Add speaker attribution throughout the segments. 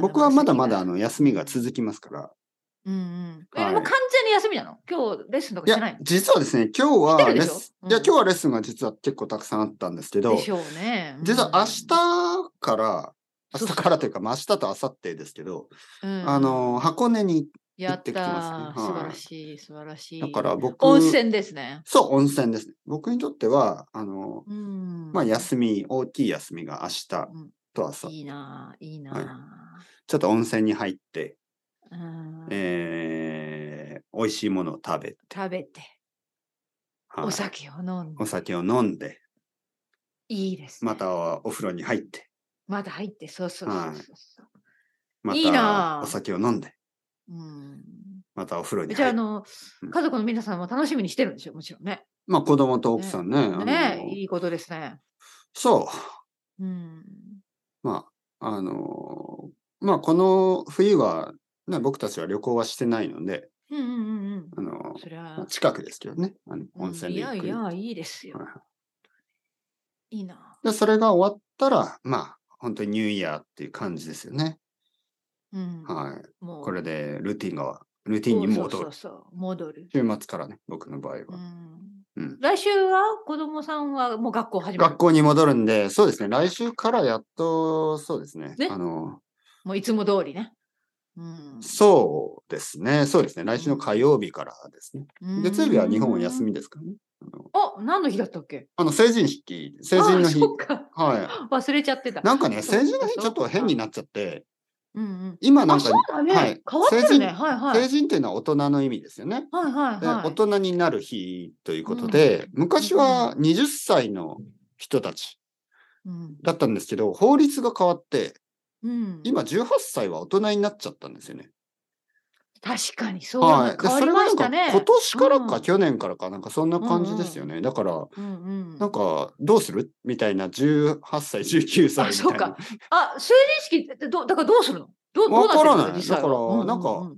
Speaker 1: 僕はまだまだあの休みが続きますから。
Speaker 2: うんうん。え、
Speaker 1: はい
Speaker 2: もう完全に休みなの今日レッスンとか
Speaker 1: い
Speaker 2: してない
Speaker 1: や
Speaker 2: の、
Speaker 1: 実はですね、今日は
Speaker 2: してる
Speaker 1: レ
Speaker 2: で
Speaker 1: ッ
Speaker 2: しょ
Speaker 1: ス
Speaker 2: う
Speaker 1: ン、
Speaker 2: ん
Speaker 1: いや、今日はレッスンが実は結構たくさんあったんですけど
Speaker 2: で、しょうね。
Speaker 1: 実は明日から、
Speaker 2: そ
Speaker 1: 明
Speaker 2: う
Speaker 1: 日からというか、まあ明日と明後日ですけど、
Speaker 2: 日、うん
Speaker 1: あの、箱根に、
Speaker 2: やった
Speaker 1: てきます
Speaker 2: ー
Speaker 1: ね
Speaker 2: 素晴
Speaker 1: は
Speaker 2: ら
Speaker 1: い
Speaker 2: しい、素晴らしい。
Speaker 1: だから僕、
Speaker 2: 温泉ですね。
Speaker 1: そう、温泉ですね。僕にとっては、あの、
Speaker 2: うん。
Speaker 1: まあ、休み、大きい休みが明日
Speaker 2: うん
Speaker 1: と朝、
Speaker 2: いいなーいいな
Speaker 1: はい
Speaker 2: ー
Speaker 1: ちょっと温泉に入って、
Speaker 2: うん
Speaker 1: えー、美味しいものを食べ、
Speaker 2: 食べて、
Speaker 1: はい
Speaker 2: お酒を飲んで、
Speaker 1: お酒を飲んで、
Speaker 2: いいです、ね。
Speaker 1: また、はお風呂に入って、
Speaker 2: また入って、そうそうそうそうそう、
Speaker 1: ま
Speaker 2: いいな
Speaker 1: た
Speaker 2: あ
Speaker 1: お酒を飲んで、
Speaker 2: うん。
Speaker 1: またお風呂に
Speaker 2: じゃあ、
Speaker 1: 入
Speaker 2: あ
Speaker 1: って。
Speaker 2: の
Speaker 1: う、ん
Speaker 2: 家族の皆さんも楽しみにしてるんでしょ、もちろんね。
Speaker 1: まあ子供と奥さんね。あの
Speaker 2: ねいいことですね。
Speaker 1: そ
Speaker 2: うん。
Speaker 1: う。まあ、あの、まあこの冬は、ね、僕たちは旅行はしてないので、
Speaker 2: うんうんうんうん。
Speaker 1: あの、
Speaker 2: そりゃ
Speaker 1: まあ、近くですけどね、あの
Speaker 2: うん
Speaker 1: 温泉
Speaker 2: い
Speaker 1: でゆっ
Speaker 2: や
Speaker 1: くり。
Speaker 2: いや、いいですよ
Speaker 1: はい。
Speaker 2: いいな。
Speaker 1: で、それが終わったら、まあ、本当にニューイヤーっていう感じですよね。
Speaker 2: うん。
Speaker 1: はい。
Speaker 2: もう
Speaker 1: これでルーティンが、ルーティンに
Speaker 2: そう
Speaker 1: 戻
Speaker 2: そう
Speaker 1: る。
Speaker 2: そうそう戻る。
Speaker 1: 週末からね、僕の場合
Speaker 2: う
Speaker 1: は。
Speaker 2: ん
Speaker 1: うん
Speaker 2: 来週は子供さんはもう学校始まる。
Speaker 1: 学校に戻るんで、そうですね、来週からやっと、そうですね。
Speaker 2: ね
Speaker 1: あの、
Speaker 2: もういつも通りね。うん
Speaker 1: そうですね、そうですね、来週の火曜日からですね。月曜日は日本は
Speaker 2: う
Speaker 1: 休。み
Speaker 2: ん
Speaker 1: ですからね。あの
Speaker 2: お何の日だったっけ
Speaker 1: あの成人式、成人の日
Speaker 2: あ。そっか。
Speaker 1: は
Speaker 2: 忘れちゃってた。
Speaker 1: い。なんかね、
Speaker 2: そっか
Speaker 1: 成人の日ちょっと変にな
Speaker 2: っ
Speaker 1: っちゃって、
Speaker 2: た。うんうん。
Speaker 1: 今な
Speaker 2: あ、
Speaker 1: んか
Speaker 2: そう、だね。
Speaker 1: はい
Speaker 2: 変わってるね。
Speaker 1: 成人
Speaker 2: はいはい。
Speaker 1: 成人っていうのは大人の意味ですよね。
Speaker 2: はいはい
Speaker 1: で
Speaker 2: はい。
Speaker 1: 大人になる日ということで、昔は20歳の人たち
Speaker 2: うん
Speaker 1: だったんですけど、法律が変わって、
Speaker 2: うん、
Speaker 1: 今18歳は大人になっちゃったんですよね。
Speaker 2: 確かにそうだね、
Speaker 1: はい。で
Speaker 2: 変わ
Speaker 1: そ
Speaker 2: り
Speaker 1: れは
Speaker 2: ま
Speaker 1: なん
Speaker 2: した
Speaker 1: か
Speaker 2: ね。
Speaker 1: 今年から
Speaker 2: う
Speaker 1: か
Speaker 2: ん
Speaker 1: 去年からかなんかそんな感じですよね。だから、
Speaker 2: うんうん、
Speaker 1: なんかどうするみたいな18歳、19歳
Speaker 2: あ、そ
Speaker 1: み
Speaker 2: う
Speaker 1: たい
Speaker 2: か
Speaker 1: な。。
Speaker 2: あ、成人式ってど、だからどうするのどうどうってるの
Speaker 1: わからない
Speaker 2: 実際は
Speaker 1: だから
Speaker 2: ううう
Speaker 1: なんか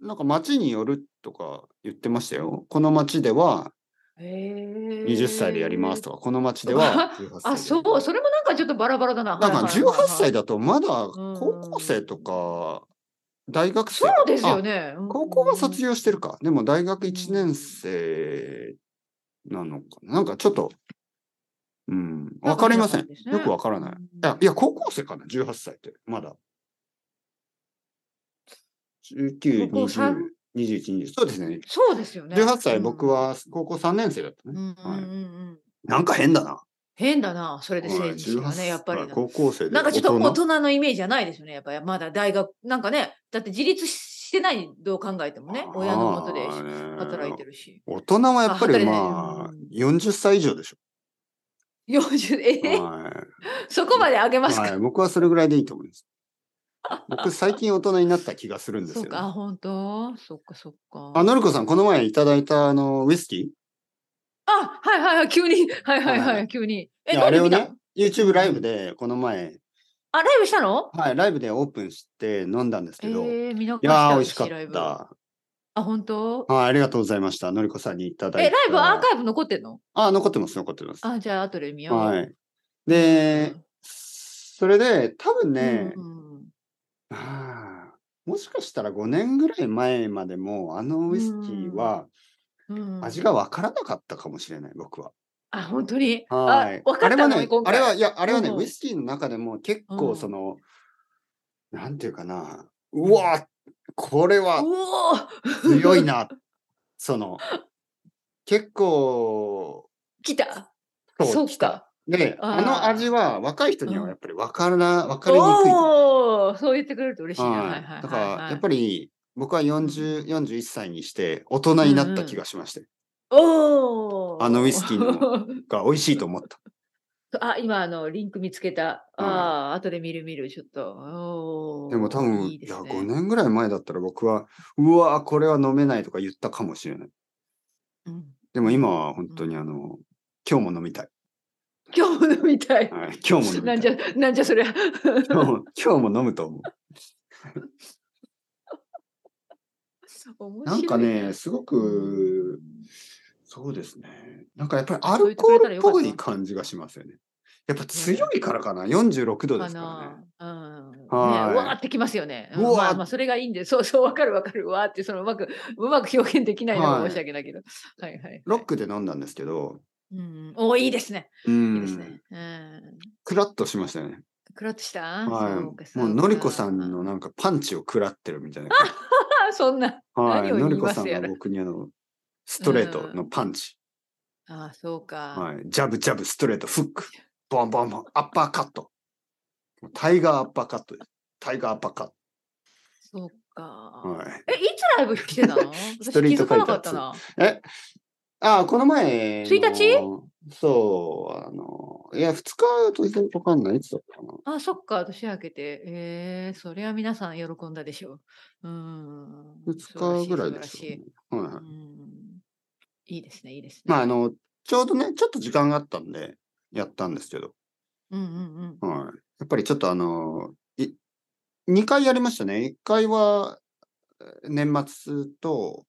Speaker 1: なんか街によるとか言ってましたよ。この街では
Speaker 2: へー
Speaker 1: 20歳でやりますとか、この街では18歳
Speaker 2: あ、
Speaker 1: でや
Speaker 2: そ
Speaker 1: りま
Speaker 2: う、
Speaker 1: す
Speaker 2: それもなんかちょっとバラバラだな。
Speaker 1: なんか
Speaker 2: はいはいはい
Speaker 1: 18歳だとまだ高校生とか大学生
Speaker 2: そうですよ
Speaker 1: ね。
Speaker 2: ね。うん
Speaker 1: あ高校は卒業してるか。でも大学1年生なのかな。なんかちょっと、うん、わかりません。よくわからない。いや、いや高校生かな ?18 歳って、まだ。19、
Speaker 2: 高校
Speaker 1: 20
Speaker 2: 三、
Speaker 1: 21、20。そうですね。
Speaker 2: そうですよね。
Speaker 1: 18歳、
Speaker 2: うん
Speaker 1: 僕。は高校3年生だった
Speaker 2: うんう
Speaker 1: ね。
Speaker 2: んうんうん
Speaker 1: なんか変だな。
Speaker 2: 変だな、それで成人式
Speaker 1: 18
Speaker 2: はね、
Speaker 1: 歳
Speaker 2: やっぱり。
Speaker 1: 高校生で。
Speaker 2: なんかちょっと大人のイメージじゃないですよね、やっぱりまだ大学、なんかね、だって自立してない、どう考えてもね、親のもとで働いて
Speaker 1: る。
Speaker 2: るし。
Speaker 1: 大人はやっぱり
Speaker 2: あ働
Speaker 1: まあ
Speaker 2: い、
Speaker 1: 40歳以上でしょ。
Speaker 2: 40、え
Speaker 1: は
Speaker 2: そこまで上げ
Speaker 1: い
Speaker 2: ますか、
Speaker 1: はい。僕はそれぐらいでいいと思います。僕、最近大人になった気がするんで
Speaker 2: そ
Speaker 1: す
Speaker 2: う
Speaker 1: よね。
Speaker 2: か、あ本当そっかそっか。
Speaker 1: あ、のりこさん、この前いただいたあの、ウイスキ
Speaker 2: あ、はいはいはい、急に。はいはいはい、
Speaker 1: はい
Speaker 2: 急に。
Speaker 1: ーい
Speaker 2: え、
Speaker 1: や
Speaker 2: 飲
Speaker 1: あ
Speaker 2: ん
Speaker 1: れ
Speaker 2: で
Speaker 1: を
Speaker 2: みた
Speaker 1: ね
Speaker 2: の、
Speaker 1: YouTube ライブで、この前、
Speaker 2: あ、ライブしたの
Speaker 1: はい、ライブでオープンして飲んだんです
Speaker 2: え
Speaker 1: けど、い
Speaker 2: ー、見逃した。
Speaker 1: やー、美味しか
Speaker 2: 私ライ
Speaker 1: っ
Speaker 2: ブ
Speaker 1: た。
Speaker 2: あ、本当
Speaker 1: はい、ありがとうございました。のりこさんにいただい
Speaker 2: え、
Speaker 1: た。
Speaker 2: ライブアーカイブ残ってんの
Speaker 1: あ、残ってます、残ってます。
Speaker 2: あ、じゃあ後で見よう。。
Speaker 1: はいい。で、それで、多分ね
Speaker 2: う、んうん
Speaker 1: はあもしかしたら5年ぐらい前までも、あのウイスキーは
Speaker 2: うん
Speaker 1: 味が分からなかったかもしれない、僕は。
Speaker 2: あ、本当に。
Speaker 1: は
Speaker 2: あ
Speaker 1: い、。
Speaker 2: わか
Speaker 1: あ
Speaker 2: っ
Speaker 1: れ
Speaker 2: た
Speaker 1: は
Speaker 2: の
Speaker 1: ね
Speaker 2: ね、今、
Speaker 1: あ
Speaker 2: 回。
Speaker 1: れは、いや、あれはね、
Speaker 2: うん
Speaker 1: ウイスキーの中でも結
Speaker 2: うん
Speaker 1: 構その、なんていうかな、うわ、これは
Speaker 2: おー
Speaker 1: 強い。 な、その、結構、
Speaker 2: 来た。
Speaker 1: そう
Speaker 2: そうか。
Speaker 1: で、
Speaker 2: あー
Speaker 1: あの味は若い人に
Speaker 2: うん
Speaker 1: はやっぱり分からな、分かりにくいと。
Speaker 2: おおーそう言ってくれると嬉しいな。はいはいは。
Speaker 1: はいい、だからやっぱ
Speaker 2: り。
Speaker 1: り僕は40、41歳にして大人になった気がしまして、
Speaker 2: おー
Speaker 1: あのウイスキ ーの。が美味しいと思った。
Speaker 2: あ、今、あの、リンク見つけた。
Speaker 1: うん
Speaker 2: ああ、後で見る見る、ちょっと。おー
Speaker 1: でも多分
Speaker 2: い
Speaker 1: い
Speaker 2: いです
Speaker 1: や
Speaker 2: ね
Speaker 1: 5年ぐらい前だったら僕はうわーこれは飲めないとか言ったかもしれない。
Speaker 2: うん
Speaker 1: でも今は本当にあの、今日も飲みたい。
Speaker 2: 今日も飲みたい。
Speaker 1: はい、今日も飲みた
Speaker 2: ないんじゃ、なんじゃそ れ。
Speaker 1: 今日も今日も飲むと思 う。
Speaker 2: 面白い
Speaker 1: なんかね、すごく、そうですね。なんかやっぱりアルコールっぽい感じがしますよね。やっぱ強いからかな、46度ですからね。
Speaker 2: かなうんね、う
Speaker 1: はい
Speaker 2: わーってきますよね。うん
Speaker 1: うわー
Speaker 2: まあ、まあそれがいいんで、そうそう、わかるわかる。わーって、そのうまく、うまく表現できないの
Speaker 1: は
Speaker 2: が
Speaker 1: い
Speaker 2: 申し訳ないけど。はいはい。
Speaker 1: ロックで飲んだんですけど、
Speaker 2: うん、おーいいですね。
Speaker 1: う
Speaker 2: い
Speaker 1: ん
Speaker 2: いですね。うん。
Speaker 1: クラッとしましたよね。
Speaker 2: クラッとした、
Speaker 1: はい。もう、のりこさんの
Speaker 2: な。
Speaker 1: なんかパンチを食らってるみたいな。
Speaker 2: あそんな。
Speaker 1: は い。
Speaker 2: 何を
Speaker 1: のり
Speaker 2: 言い
Speaker 1: こ
Speaker 2: ます
Speaker 1: さん
Speaker 2: や
Speaker 1: が
Speaker 2: ら
Speaker 1: 僕にあの、ストレートのパンチ。
Speaker 2: あそうか。
Speaker 1: はい。ジャブジャブ、ストレート、フック。ボンボンボン、アッパーカット。タイガーアッパーカットです。タイガーアッパーカッ
Speaker 2: そうか。
Speaker 1: ト。はい。
Speaker 2: え、いつライブしてた の私気
Speaker 1: ストリート
Speaker 2: づ
Speaker 1: フ
Speaker 2: か
Speaker 1: ァイ
Speaker 2: な
Speaker 1: タ
Speaker 2: か
Speaker 1: ー
Speaker 2: ったな。
Speaker 1: えああ、この前の。
Speaker 2: 1
Speaker 1: そう、あの、いや、2日と全然わかんない。いつだったかな。
Speaker 2: あ、そっか、年明けて。えー、それは皆さん喜んだでしょう。うーん。素晴ら
Speaker 1: 2
Speaker 2: し
Speaker 1: 日ぐらいで
Speaker 2: 素
Speaker 1: す
Speaker 2: 晴らし
Speaker 1: よね
Speaker 2: い。。
Speaker 1: はいは
Speaker 2: う
Speaker 1: い。
Speaker 2: んいいですね、いいですね。
Speaker 1: まあ、あの、ちょうどね、ちょっと時間があったんで、やったんですけど、
Speaker 2: うんうんうん。
Speaker 1: はい。やっぱりちょっとあの、い2回やりましたね。1回は、えー年末と、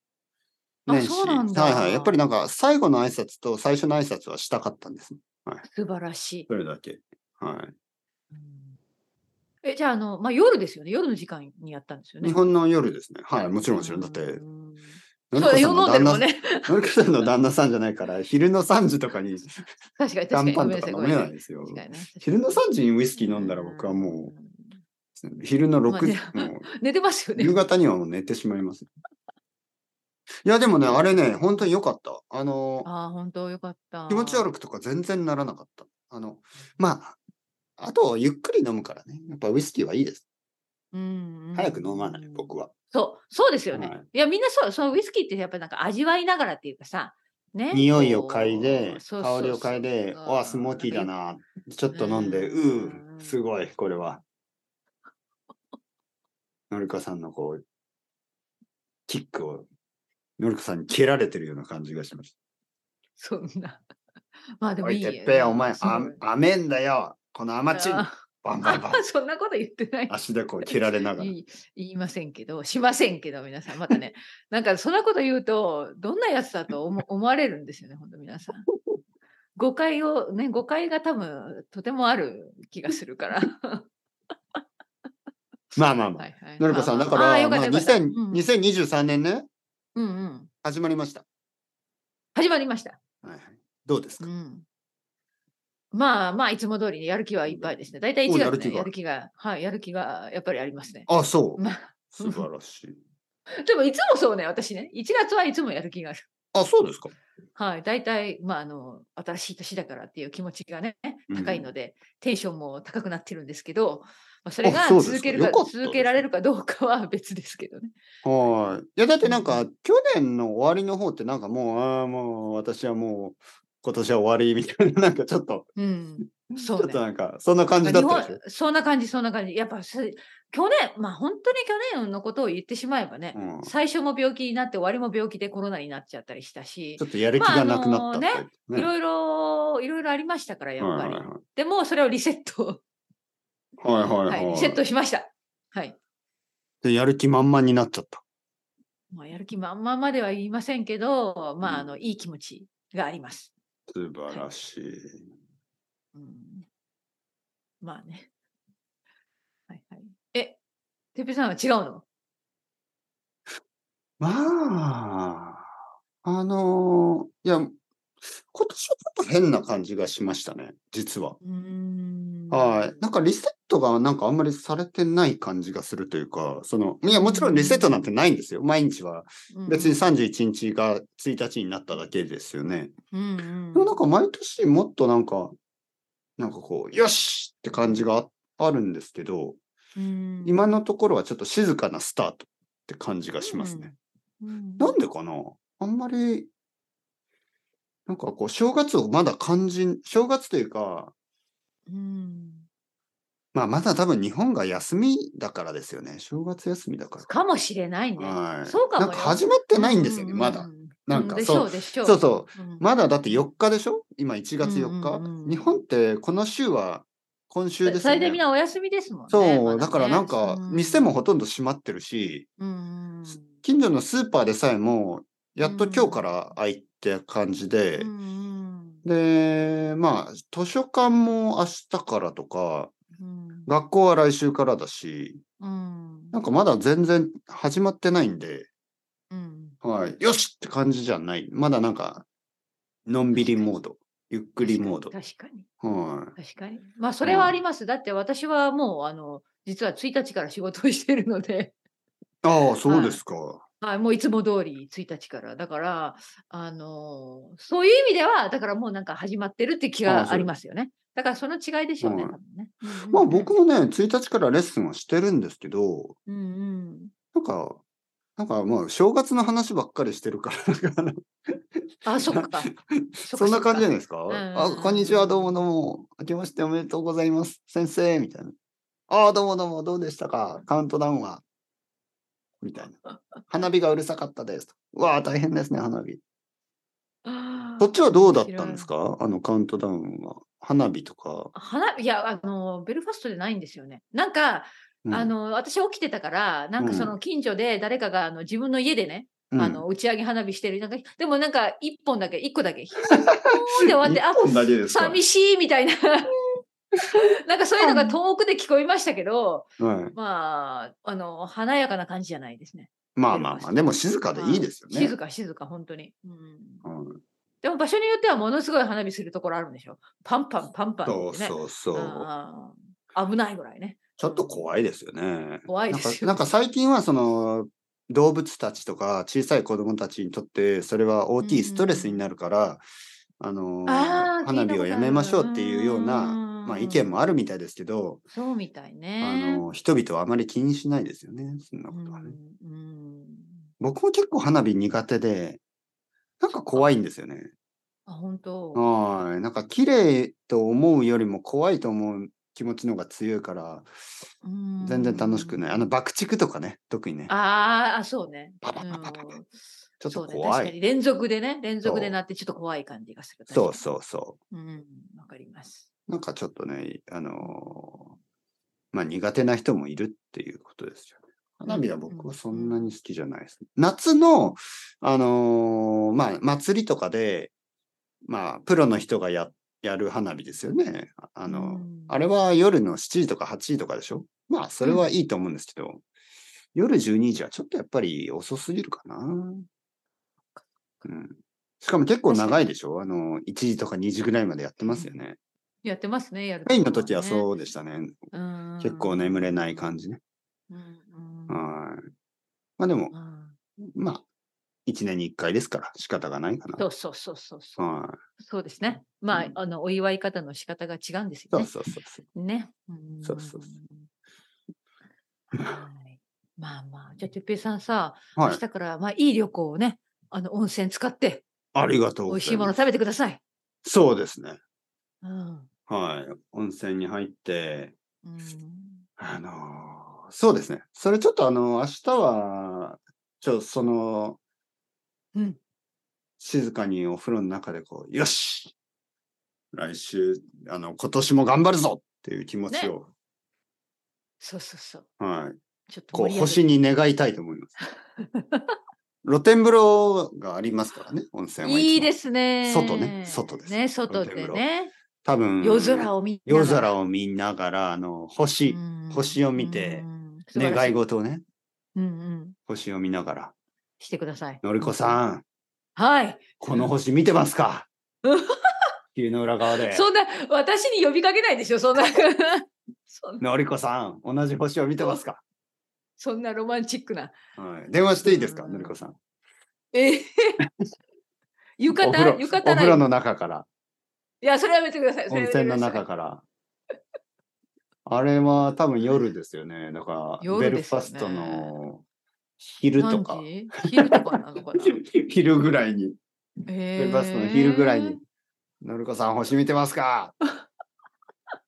Speaker 2: あ
Speaker 1: 年始。
Speaker 2: そうなんだ
Speaker 1: はいはい。やっぱりなんか、最後の挨拶と最初の挨拶はしたかったんですね。
Speaker 2: 素晴らしい。
Speaker 1: それだけ。は
Speaker 2: うんえ、じゃあ、あの、まあ、夜ですよね。夜の時間にやったんですよ
Speaker 1: い。
Speaker 2: ね。
Speaker 1: 日本の夜ですね。はい。もちろんもちろん。だって、
Speaker 2: うん
Speaker 1: のり
Speaker 2: そう
Speaker 1: こ
Speaker 2: だ、
Speaker 1: さん
Speaker 2: 夜
Speaker 1: の
Speaker 2: 飲んで
Speaker 1: 旦
Speaker 2: るもんね。
Speaker 1: 那のりこさんの旦那さんじゃないから、昼の3時とかに、シ
Speaker 2: 確かに、確
Speaker 1: ャ
Speaker 2: か
Speaker 1: ン
Speaker 2: に。
Speaker 1: パ
Speaker 2: ご
Speaker 1: ン
Speaker 2: めん
Speaker 1: と
Speaker 2: なさい、
Speaker 1: か飲
Speaker 2: ごめん
Speaker 1: め
Speaker 2: な
Speaker 1: な
Speaker 2: さ
Speaker 1: い
Speaker 2: い。
Speaker 1: ですよ
Speaker 2: 確。かにね
Speaker 1: 昼の3時にウイスキー飲んだら僕はも
Speaker 2: うん
Speaker 1: う、昼の6時、
Speaker 2: ま
Speaker 1: もう、
Speaker 2: 寝てますよね。
Speaker 1: 夕方にはもう寝てしまいます。いや、でもね、あれね、本当に良かった。あの、
Speaker 2: ああ、本当よかった。
Speaker 1: 気持ち悪くとか全然ならなかった。あの、まあ、あと、ゆっくり飲むからね。やっぱウイスキーはいいです。
Speaker 2: うんうん
Speaker 1: 早く飲まない、僕は。
Speaker 2: そう、そうですよね。
Speaker 1: はい
Speaker 2: い、や、みんなそう、そのウイスキーってやっぱなんか味わいながらっていうかさ、ね。
Speaker 1: 匂いを
Speaker 2: こう
Speaker 1: 嗅いで、
Speaker 2: そうそう
Speaker 1: 香りを嗅いで、
Speaker 2: そう
Speaker 1: おあ、スモーティーだな。ちょっと飲んで、
Speaker 2: う
Speaker 1: うんー、すごい、これは。のりこさんのこう、キックを、のりこさんに蹴られてるような感じがしました。
Speaker 2: そんな。 まあで
Speaker 1: お
Speaker 2: も
Speaker 1: い、
Speaker 2: いいよ
Speaker 1: てっぺえ、お前、
Speaker 2: すごい
Speaker 1: あ、あめんだよ。このアマチン。
Speaker 2: あ
Speaker 1: バンバ ンバン
Speaker 2: ー。そんなこと言ってない。
Speaker 1: 足でこう、切られながら
Speaker 2: 言。い言いませんけど、しませんけど、皆さん、またね、なんかそんなこと言うと、どんなやつだと思思われるんですよね、本当皆さん。誤解を、ね、誤解が多分、とてもある気がするから。
Speaker 1: まあまあま
Speaker 2: は
Speaker 1: あ。
Speaker 2: いはい
Speaker 1: のりこさん、
Speaker 2: ま
Speaker 1: だ
Speaker 2: あ
Speaker 1: か
Speaker 2: まああー
Speaker 1: ら、
Speaker 2: よ
Speaker 1: ま
Speaker 2: か
Speaker 1: あ
Speaker 2: ったよかった
Speaker 1: 2000
Speaker 2: うん
Speaker 1: 2023年ね、
Speaker 2: うんうん。
Speaker 1: 始まりました。
Speaker 2: 始まりました。
Speaker 1: はいはいどうです
Speaker 2: う
Speaker 1: か
Speaker 2: ん。まあまあ、いつも通りにやる気はいっぱいですね。大体
Speaker 1: お
Speaker 2: 1
Speaker 1: やる
Speaker 2: 月
Speaker 1: 気
Speaker 2: ね、
Speaker 1: が
Speaker 2: やる気が、はい、やる気がやっぱりありますね。
Speaker 1: あ、そう。
Speaker 2: まあ、
Speaker 1: 素晴らしい。
Speaker 2: でもいつもそうね、私ね、1月はいつもやる気がある。
Speaker 1: あ、そうですか。
Speaker 2: はい、大体、まあ、あの新しい年だからっていう気持ちがね高い
Speaker 1: うん
Speaker 2: ので、テンションも高くなってるんですけど、まあ、それ
Speaker 1: あ
Speaker 2: が
Speaker 1: そうですか
Speaker 2: 続ける
Speaker 1: よ
Speaker 2: か
Speaker 1: かったです
Speaker 2: 続けられるかどうかは別ですけどね。
Speaker 1: はーい。いや、だってなんか、去年の終わりの方って、なんかもう、ああ、もう、私はもう、今年は終わりみたいな、なんかちょっと、
Speaker 2: うん、
Speaker 1: ち
Speaker 2: そ
Speaker 1: ょっ
Speaker 2: うね
Speaker 1: となんか、そんな感じだったでし
Speaker 2: まあ日。本
Speaker 1: ょ
Speaker 2: そんな感じ、そんな感じ。やっぱす去年、まあ本当に去年のことを言ってしまえばね、
Speaker 1: うん
Speaker 2: 最初も病気になって終わりも病気でコロナになっちゃったりしたし
Speaker 1: ちょ、っとやる気がなくなったって
Speaker 2: まああのいろいろ、いろいろありましたから、やっぱり。
Speaker 1: は
Speaker 2: でも、それをリ セット、
Speaker 1: いはい
Speaker 2: は
Speaker 1: はい
Speaker 2: い、
Speaker 1: は
Speaker 2: リ
Speaker 1: い
Speaker 2: セットしました。はい。
Speaker 1: で。やる気満々になっちゃった。
Speaker 2: まあ、やる気満々までは言いませんけど、まあ、あ
Speaker 1: うん
Speaker 2: の、いい気持ちがあります。
Speaker 1: 素晴らしい。
Speaker 2: うん、まあね。はいはい。え、てっぺいさんは違うの
Speaker 1: まあ、あのいや、今年はちょっと変な感じがしましたね、実は。
Speaker 2: うーん。
Speaker 1: はい。なんかリセットがなんかあんまりされてない感じがするというか、その、いや、もちろんリセットなんてないんですよ。毎日は。
Speaker 2: うん
Speaker 1: 別に、31日が1日になっただけですよね。
Speaker 2: うんうん
Speaker 1: でもなんか毎年もっとなんか、なんかこう、よしって感じがああるんですけど、
Speaker 2: うん
Speaker 1: 今のところはちょっと静かなスタートって感じがしますね。
Speaker 2: うん
Speaker 1: なんでかなあんまり、なんかこう、正月をまだ感じん、正月というか、
Speaker 2: うん
Speaker 1: まあまだ多分日本が休みだからですよね。正月休みだから。
Speaker 2: かもしれないね。
Speaker 1: はい。
Speaker 2: そうかも
Speaker 1: な
Speaker 2: よ
Speaker 1: んか始まってないんですよね、まだ。。なんか
Speaker 2: でし
Speaker 1: そ
Speaker 2: ょ
Speaker 1: う
Speaker 2: うでしょう。。
Speaker 1: そうそう
Speaker 2: ん
Speaker 1: まだだって4日でしょ今1月4日、
Speaker 2: うんうんうん
Speaker 1: 日本ってこの週は今週です
Speaker 2: そ
Speaker 1: よ
Speaker 2: れでみん
Speaker 1: ね。
Speaker 2: なお休みですもんね。
Speaker 1: そう、
Speaker 2: ま
Speaker 1: だからなんか
Speaker 2: ね
Speaker 1: 店も、ほとんど閉まってるし、
Speaker 2: うんうん
Speaker 1: 近所のスーパーでさえも、やっと今日から開いて感じで、
Speaker 2: うんうん
Speaker 1: で、まあ、図書館も明日からとか、
Speaker 2: うん
Speaker 1: 学校は来週からだし、
Speaker 2: うん
Speaker 1: なんかまだ全然始まってないんで、
Speaker 2: うん
Speaker 1: はい、よしって感じじゃない。まだなんか、のんびりモード、ゆっくりモード。
Speaker 2: 確かに
Speaker 1: はい。
Speaker 2: 確かにまあそれはあります、だって私はもうあの実は1日から仕事をしてるので、
Speaker 1: ああ、そうですか。
Speaker 2: はい、もういつも通り1日からだからあのそういう意味ではだからもうなんか始まってるって気
Speaker 1: あ
Speaker 2: が
Speaker 1: そう
Speaker 2: ありますよねだからその違いでしょうね,、
Speaker 1: はい
Speaker 2: 多分ねうんうん
Speaker 1: まあ僕もね、1日からレッスンはしてるんですけど、
Speaker 2: うんうん
Speaker 1: なんか、なんかまあ正月の話ばっかりしてるから、なんかあの
Speaker 2: あそっ かそっか
Speaker 1: そんな感じじゃない
Speaker 2: い
Speaker 1: ですか、
Speaker 2: うん
Speaker 1: あ、こんにちは、どうもどうも。明けましておめでとうございます。先生、みたいな。ああ、どうもどうも、どうでしたかカウントダウンは。みたいな。花火がうるさかったです。うわあ、大変ですね、花火。そっちはどうだったんですかあのカウントダウンは。花火とか。
Speaker 2: 花いやあのベルファストじゃないんですよねなんか
Speaker 1: うん
Speaker 2: あ、の私起きてたからなんかその近所で誰かがあの自分の家でね、
Speaker 1: うん
Speaker 2: あ、の打ち上げ花火してるなんかでもなんか一本だけ一個だけポーンって終わってあ
Speaker 1: 一本だけですか
Speaker 2: 寂しいみたい ななんかそういうのが遠くで聞こえましたけど
Speaker 1: はい
Speaker 2: まああの華やかな感じじゃないですね。
Speaker 1: まあまあまあ、でも静かでいいですよね。
Speaker 2: はい静か静か本当に、うん。
Speaker 1: うん
Speaker 2: でも場所によってはものすごい花火するところあるんでしょ。パンパンパンパンって
Speaker 1: そ
Speaker 2: ね
Speaker 1: う。そうそう。
Speaker 2: あー危ないぐらいね。
Speaker 1: ちょっと怖いですよね。
Speaker 2: 怖い
Speaker 1: な
Speaker 2: で
Speaker 1: んか
Speaker 2: すよ。
Speaker 1: なんか最近はその動物たちとか小さい子供たちにとってそれは大きいストレスになるから、あのー
Speaker 2: あー
Speaker 1: 花火をやめましょうっていうような、
Speaker 2: な
Speaker 1: まあ、意見もあるみたいですけど、
Speaker 2: そうみたいね。
Speaker 1: あのー人々はあまり気にしないですよねそんなことはね。
Speaker 2: うんうん
Speaker 1: 僕も結構花火苦手でなんか怖いんですよね。
Speaker 2: あ本当。
Speaker 1: はい。なんか綺麗と思うよりも怖いと思う気持ちの方が強いから
Speaker 2: うん
Speaker 1: 全然楽しくない。あの爆竹とかね特にね。
Speaker 2: あーあ、そうね。
Speaker 1: パパパパパパ
Speaker 2: うん
Speaker 1: ちょっと
Speaker 2: そうね
Speaker 1: 怖
Speaker 2: 確か
Speaker 1: い。
Speaker 2: に連続でね、連続で
Speaker 1: そう
Speaker 2: なってちょっと怖い感じがする。
Speaker 1: そう
Speaker 2: う。
Speaker 1: そうそう。
Speaker 2: うん、わかります。
Speaker 1: なんかちょっとね、あのーまあ苦手な人もいるっていうことですよね。花火は僕はそんなに好きじゃないです、ね夏の、あのーまあ祭りとかで、まあプロの人がや、やる花火ですよね。ああ
Speaker 2: あ
Speaker 1: のーあれは夜の7時とか8時とかでしょまあそれはいいと思うんですけど、夜12時はちょっとやっぱり遅すぎるかな。うん。しかも結構長いでしょあの、1時とか2時ぐらいまでやってますよね。
Speaker 2: やってますね、やる
Speaker 1: メインの時は
Speaker 2: う
Speaker 1: そうでしたね。
Speaker 2: ん。
Speaker 1: 結構眠れない感じね。
Speaker 2: うん。うん
Speaker 1: はい。まあでも、
Speaker 2: うん
Speaker 1: まあ、1年に1回ですから仕方がないか
Speaker 2: そ
Speaker 1: な。
Speaker 2: うそうそうそうそう。
Speaker 1: はい。
Speaker 2: そうですね。ま
Speaker 1: う
Speaker 2: ああ
Speaker 1: ん、
Speaker 2: の、お祝い方の仕方が違うんですよ
Speaker 1: そう
Speaker 2: ね。
Speaker 1: そうそうそう。
Speaker 2: ね。
Speaker 1: そうそ
Speaker 2: う
Speaker 1: うそ
Speaker 2: んはいまあまあ、じゃあ、てっぺいさんさ、
Speaker 1: は
Speaker 2: 明
Speaker 1: い。
Speaker 2: 日から、まあ、いい旅行をね、あの、温泉使って、
Speaker 1: ありがとう
Speaker 2: 美
Speaker 1: ご
Speaker 2: 味
Speaker 1: ざ
Speaker 2: し
Speaker 1: い
Speaker 2: いもの
Speaker 1: ます。
Speaker 2: 食べてください。
Speaker 1: そうですね。
Speaker 2: うん。
Speaker 1: はい。温泉に入って、
Speaker 2: うん
Speaker 1: あのーそうですね。それちょっとあのー明日は、ちょ、その、
Speaker 2: うん。
Speaker 1: 静かにお風呂の中でこう、よし来週、あの、今年も頑張るぞっていう気持ちを、
Speaker 2: そうそうそう。
Speaker 1: はい。
Speaker 2: ちょっと
Speaker 1: こう、
Speaker 2: 盛り上げて
Speaker 1: 星に願いたいと思います。 露天風呂がありますからね、温泉はい。
Speaker 2: いですすね。
Speaker 1: 外ね外です
Speaker 2: ね、外でね。
Speaker 1: 多分、
Speaker 2: 夜空を見ながら
Speaker 1: 夜空を見ながら、あの、星、
Speaker 2: うん
Speaker 1: 星を見て
Speaker 2: うん素晴らし
Speaker 1: 願い事をね、
Speaker 2: うんうん。
Speaker 1: 星を見ながら、
Speaker 2: してください。
Speaker 1: のりこさん、
Speaker 2: はい。
Speaker 1: この星見てま すか
Speaker 2: うん
Speaker 1: 球の裏側で。
Speaker 2: そんな、私に呼びかけないでしょ、そんな。 そんな
Speaker 1: のりこさん、同じ星を見てますか、
Speaker 2: そんなロマンチックな。
Speaker 1: はい、電話していいですか
Speaker 2: うん
Speaker 1: のりこさん。
Speaker 2: え え浴
Speaker 1: お風呂
Speaker 2: 衣浴
Speaker 1: お風
Speaker 2: 衣
Speaker 1: 呂
Speaker 2: ない。
Speaker 1: の中から、
Speaker 2: いや、それはやめてください。それは
Speaker 1: 温
Speaker 2: や
Speaker 1: 泉
Speaker 2: め
Speaker 1: の
Speaker 2: てください
Speaker 1: 中から。あれは多分夜ですよね。だから、ベ
Speaker 2: 夜
Speaker 1: ル
Speaker 2: で
Speaker 1: フ
Speaker 2: すよ
Speaker 1: ァ
Speaker 2: ね
Speaker 1: ストの昼とか
Speaker 2: 何、時昼とかなのかな。
Speaker 1: 昼ぐらいに、
Speaker 2: え
Speaker 1: ベルファストの昼ぐらいに、のりこさん星見てますか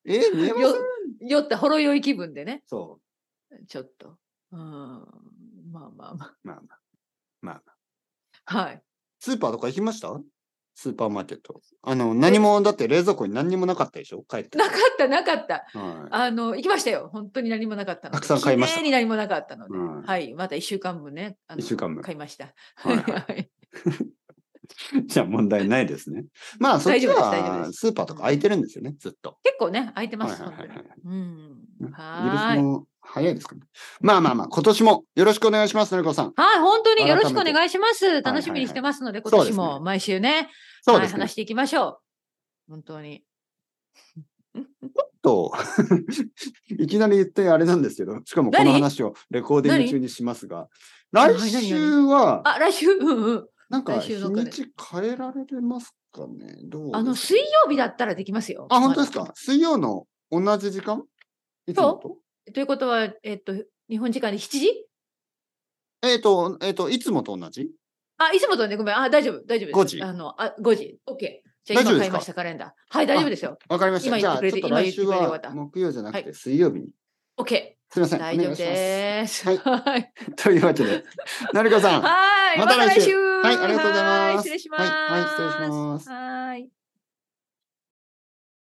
Speaker 1: え、見えま
Speaker 2: よ
Speaker 1: す
Speaker 2: 酔ったほろ酔い気分でね、
Speaker 1: そ
Speaker 2: ちょっと。うん、まあまあま
Speaker 1: う。まあまあ。まあまあ。
Speaker 2: あ。はい。
Speaker 1: スーパーとか行きましたスーパーマーケット。あの、何も、だって冷蔵庫に何にもなかったでしょ帰って。
Speaker 2: なかった、なかった。
Speaker 1: はい。
Speaker 2: あの、行きましたよ。本当に何もなかったので。
Speaker 1: たくさん買いました
Speaker 2: 綺麗に何もなかったので。
Speaker 1: うん
Speaker 2: はい。また一週間分ね。あの
Speaker 1: 一週間分
Speaker 2: 買いました。
Speaker 1: はいは
Speaker 2: はい。
Speaker 1: じゃあ問題ないですね。まあ、そっ
Speaker 2: 大
Speaker 1: ち
Speaker 2: 丈夫です大丈夫
Speaker 1: は
Speaker 2: です
Speaker 1: スーパーとか空いてるんですよね、ずっと。
Speaker 2: 結構ね、空いてます。
Speaker 1: はいは
Speaker 2: 本
Speaker 1: い
Speaker 2: 当
Speaker 1: は
Speaker 2: に
Speaker 1: いはい
Speaker 2: うん
Speaker 1: うん。イ
Speaker 2: は
Speaker 1: ギリス
Speaker 2: ーい。
Speaker 1: も早いですかね。まあまあまあ、今年もよろしくお願いします、のりこさん。
Speaker 2: はい、本当によろしくお
Speaker 1: 改めて
Speaker 2: 願いします。
Speaker 1: はい
Speaker 2: 楽しみにしてますので、
Speaker 1: はいは
Speaker 2: 今
Speaker 1: い
Speaker 2: 年
Speaker 1: そうです
Speaker 2: も毎週ね、
Speaker 1: そう
Speaker 2: は
Speaker 1: で
Speaker 2: い、
Speaker 1: すね。
Speaker 2: 話していきましょう。本当に。
Speaker 1: と、 いきなり言ってあれなんですけど、しかもこの
Speaker 2: 何
Speaker 1: 話をレコーディング
Speaker 2: 何
Speaker 1: 中にしますが、来
Speaker 2: 何
Speaker 1: 週は、
Speaker 2: あ、来週、うんうん。
Speaker 1: なんか
Speaker 2: 来
Speaker 1: 日
Speaker 2: 週どっか
Speaker 1: に
Speaker 2: で
Speaker 1: ち変えられてますかねどう
Speaker 2: あの、
Speaker 1: です
Speaker 2: 水曜日だったらできますよ。
Speaker 1: あ、本当です
Speaker 2: ま
Speaker 1: か
Speaker 2: だ
Speaker 1: 水曜の同じ時間いつもと
Speaker 2: ということは、えっと、日本時間で7時
Speaker 1: えっ、と、えっ、と、いつもと同じ
Speaker 2: あ、いつもとね、ごめん。あ、大丈夫、大丈夫です。
Speaker 1: 5時
Speaker 2: あの、あ、5時。OK。じゃあ
Speaker 1: 大丈夫で
Speaker 2: 今
Speaker 1: すか
Speaker 2: 買いました、カレンダー。はい、大丈夫ですよ。
Speaker 1: わかりました。
Speaker 2: 今
Speaker 1: じ
Speaker 2: 言
Speaker 1: ゃ
Speaker 2: って
Speaker 1: あ、
Speaker 2: くれ
Speaker 1: ちょってと来週
Speaker 2: 今言ってくれて
Speaker 1: は
Speaker 2: よかった
Speaker 1: 木曜じゃなく
Speaker 2: は
Speaker 1: て水曜日に。
Speaker 2: OK。
Speaker 1: すみません。
Speaker 2: 大
Speaker 1: お
Speaker 2: 丈
Speaker 1: 願
Speaker 2: 夫
Speaker 1: いします
Speaker 2: です。
Speaker 1: はい
Speaker 2: はい。
Speaker 1: というわけで、なりこさん。
Speaker 2: はい。
Speaker 1: ま
Speaker 2: ま
Speaker 1: た
Speaker 2: た
Speaker 1: 来
Speaker 2: 来
Speaker 1: 週
Speaker 2: 週。
Speaker 1: はいありがとうございます
Speaker 2: は失礼します。
Speaker 1: はいはい失礼します
Speaker 2: はい。